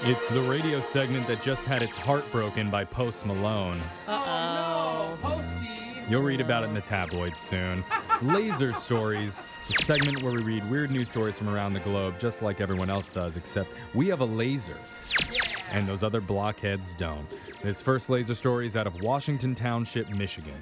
It's the radio segment that just had its heart broken by Post Malone. Uh-oh. Posty. You'll read about it in the tabloids soon. Laser Stories, the segment where we read weird news stories from around the globe, just like everyone else does, except we have a laser. And those other blockheads don't. This first laser story is out of Washington Township, Michigan.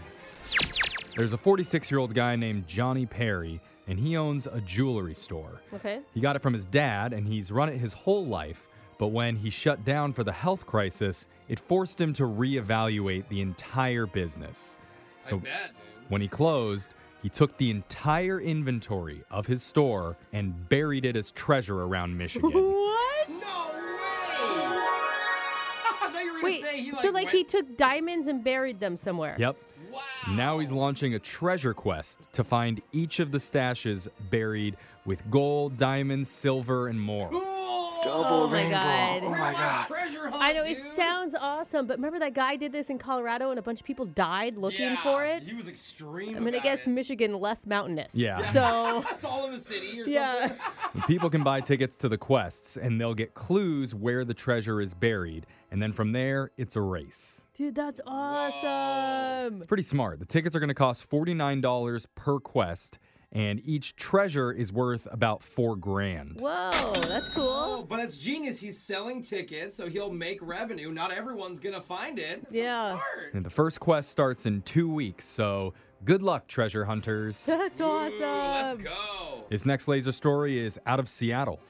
There's a 46 year old guy named Johnny Perry, and he owns a jewelry store. Okay. He got it from his dad, and he's run it his whole life. But when he shut down for the health crisis, it forced him to reevaluate the entire business. So Bad, when he closed, he took the entire inventory of his store and buried it as treasure around Michigan. What? dude. No way. I thought you were gonna Wait, say he like so like went- he took diamonds and buried them somewhere. yep. Wow. Now he's launching a treasure quest to find each of the stashes buried with gold, diamonds, silver, and more. Cool. Oh my god. Real life Treasure hunt, I know it dude. sounds awesome, but remember that guy did this in Colorado and a bunch of people died looking Yeah, for it? He was extreme. I'm gonna about guess it. Michigan less mountainous. Yeah. So It's all in the city or yeah. something. People can buy tickets to the quests and they'll get clues where the treasure is buried. And then from there, it's a race. Dude, that's awesome. It's pretty smart. The tickets are going to cost $49 per quest, and each treasure is worth about four grand. Whoa, that's Oh, cool. but it's genius. He's selling tickets, so he'll make revenue. Not everyone's gonna find it. It's so Yeah. smart. And the first quest starts in two weeks, so good luck, treasure hunters. That's awesome. Let's go. His next laser story is out of Seattle.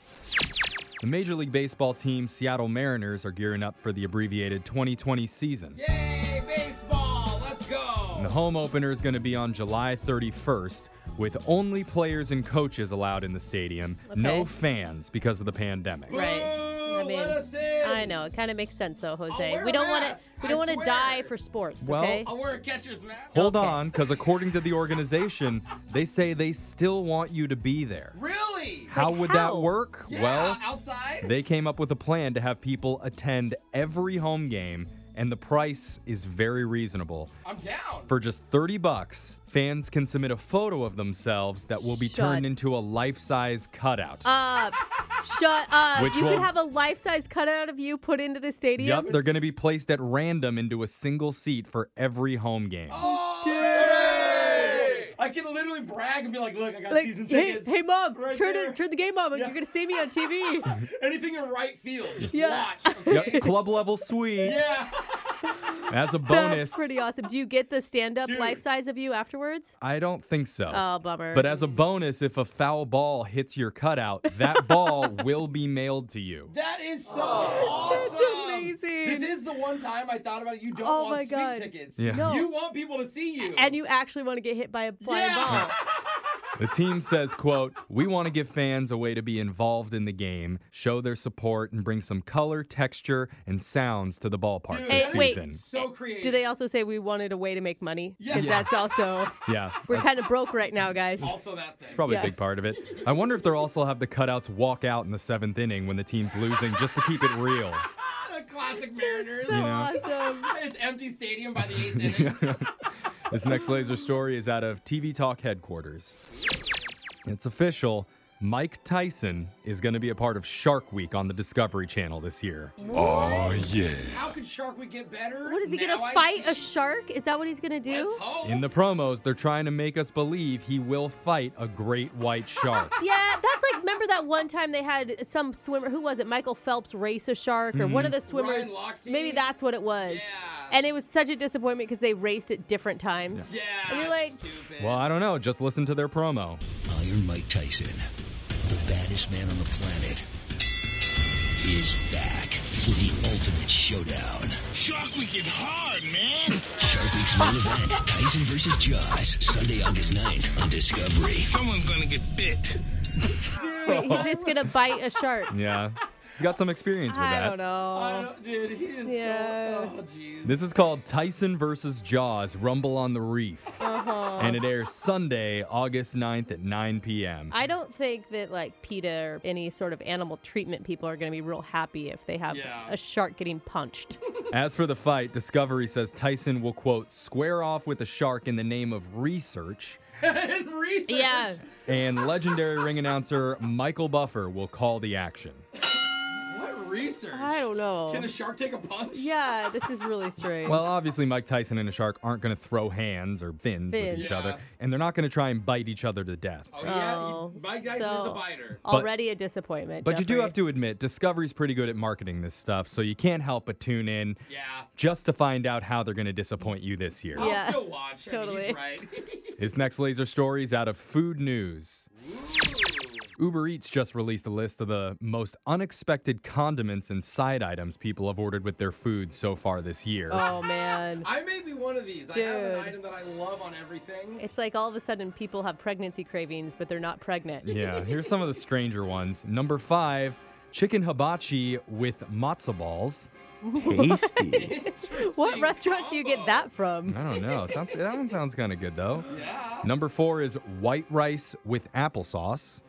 The Major League Baseball team Seattle Mariners are gearing up for the abbreviated 2020 season. Yay, baseball. Let's The go. home opener is going to be on July 31st, with only players and coaches allowed in the stadium, no Okay. fans because of the pandemic. Right. Boo, I mean, let us in. I know. It kind of makes sense though, Jose. wear We a don't want mask, to we I don't want to swear. die for sports, Well, okay? I'll wear a catcher's mask. Hold Okay. on, because according to the organization, they say they still want you to be there. Really? How would that how? work? Yeah, Well, outside. they came up with a plan to have people attend every home game, and the price is very reasonable. I'm down. For just 30 bucks, fans can submit a photo of themselves that will be Shut Uh, turned into a life-size cutout. up. Shut up. Which you one? could have a life size cutout of you put into the stadium. Yep, they're going to be placed at random into a single seat for every home game. Oh, Dude. hooray! I can literally brag and be like, look, I got Like, season hey, tickets. hey, mom, Right turn there. it, turn the game on. Like, Yeah. You're gonna see me on TV. Anything in right field, just Yeah. watch. Okay? Yep, club level suite Yeah. as a bonus. Oh. That's pretty awesome. Do you get the stand up Dude. life size of you afterwards? I don't think so. Oh, bummer. But as a bonus, if a foul ball hits your cutout, that ball will be mailed to you. That is so awesome. amazing. This is the one time I thought about it. You don't Oh want my sweet God. tickets. Yeah. No. You want people to see you. and you actually want to get hit by a flying Yeah. ball. The team says, quote, "We want to give fans a way to be involved in the game, show their support and bring some color, texture, and sounds to the ballpark Dude, this Hey, wait. season." so creative. Do they also say we wanted a way to make money? Yeah. Because Yeah. that's also Yeah. we're that's kind of broke right now, guys. also that thing? Probably Yeah. a big part of it. I wonder if they'll also have the cutouts walk out in the seventh inning when the team's losing, just to keep it real. Ah, the classic Mariners. So know. awesome. It's empty stadium by the eighth inning. This next laser story is out of TV Talk headquarters. It's official. Mike Tyson is going to be a part of Shark Week on the Discovery Channel this year. Oh, yeah. How could Shark Week get better? What is he Now gonna I fight see. a shark? Is that what he's gonna Let's do? hope. In the promos, they're trying to make us believe he will fight a great white shark. Yeah, that's like remember that one time they had some swimmer who was it? Michael Phelps race a shark or one of Mm-hmm. the Ryan swimmers. Lochte? Maybe that's what it was. Yeah. And it was such a disappointment because they raced at different times. yeah. and you're like, stupid. Well, I don't know. Just listen to their promo. Iron Mike Tyson, the baddest man on the planet, is back for the ultimate showdown. Shark Week is hard, man. Shark Week's main event, Tyson versus Jaws, Sunday, August 9th on Discovery. Someone's gonna get bit. Wait, is this gonna bite a shark? Yeah. He's got some experience with I that. don't I know. don't, dude, he is Yeah. so. Oh, jeez. This is called Tyson versus Jaws Rumble on the Reef. Uh-huh. And it airs Sunday, August 9th at 9 p.m. I don't think that like PETA or any sort of animal treatment people are gonna be real happy if they have Yeah. a shark getting punched. As for the fight, Discovery says Tyson will, quote, square off with a shark in the name of research. and research. yeah. And legendary ring announcer Michael Buffer will call the action. What research. I don't know. Can a shark take a punch? yeah, this is really strange. Well, obviously, Mike Tyson and a shark aren't going to throw hands or fins, with Fins. each Yeah. other, and they're not going to try and bite each other to death. Oh, yeah. Oh, he- Mike Tyson is so- a biter. Already a disappointment. But you do Jeffrey. have to admit, Discovery's pretty good at marketing this stuff, so you can't help but tune in Yeah. just to find out how they're going to disappoint you this year. I'll Yeah. still watch. I mean, Totally. he's right. His next laser story is out of food news. Uber Eats just released a list of the most unexpected condiments and side items people have ordered with their food so far this year. Oh man. I may be one of these. I have an Dude. item that I love on everything. It's like all of a sudden people have pregnancy cravings, but they're not pregnant. Yeah, here's some of the stranger ones. Number five, chicken hibachi with matzo balls. Tasty. What Interesting restaurant do you get combo. that from? I don't know. It sounds, that one sounds kind of good though. Yeah. Number four is white rice with applesauce.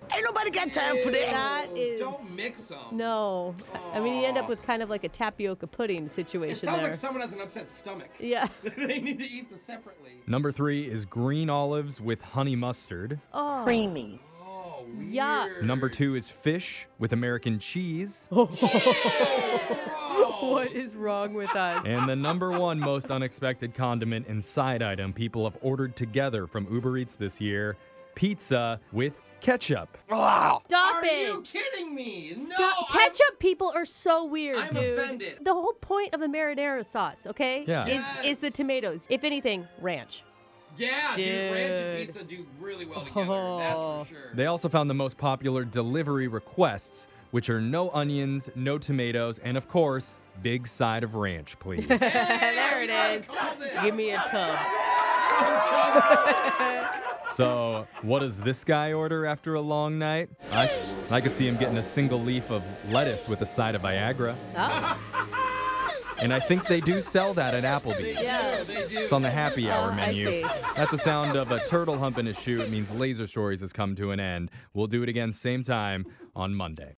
That is Don't mix them. no. I mean, you end up with kind of like a tapioca pudding It situation sounds there. like someone has an upset stomach. yeah. they need to eat this separately. Number three is green olives with honey mustard. Oh. Creamy. Oh, weird. Yuck. Number two is fish with American cheese. Gross. What is wrong with us? And the number one most unexpected condiment and side item people have ordered together from Uber Eats this year pizza with ketchup. Stop Are it. you kidding me? Stop. no, I'm- Ketchup people are so weird, I'm dude. offended. The whole point of the marinara sauce, okay? Yeah. Is is the Yes. tomatoes. If anything, ranch. Yeah, dude. ranch and Dude. pizza do really well together. That's Oh. for sure. They also found the most popular delivery requests, which are no onions, no tomatoes, and of course, big side of ranch, please. there it is. called it. Give me a tub. so, what does this guy order after a long night? I, I could see him getting a single leaf of lettuce with a side of Viagra. Oh. And I think they do sell that at Applebee's. Yeah. They do. It's on the happy hour Oh, I menu. see. That's the sound of a turtle humping his shoe. It means Laser Stories has come to an end. We'll do it again, same time on Monday.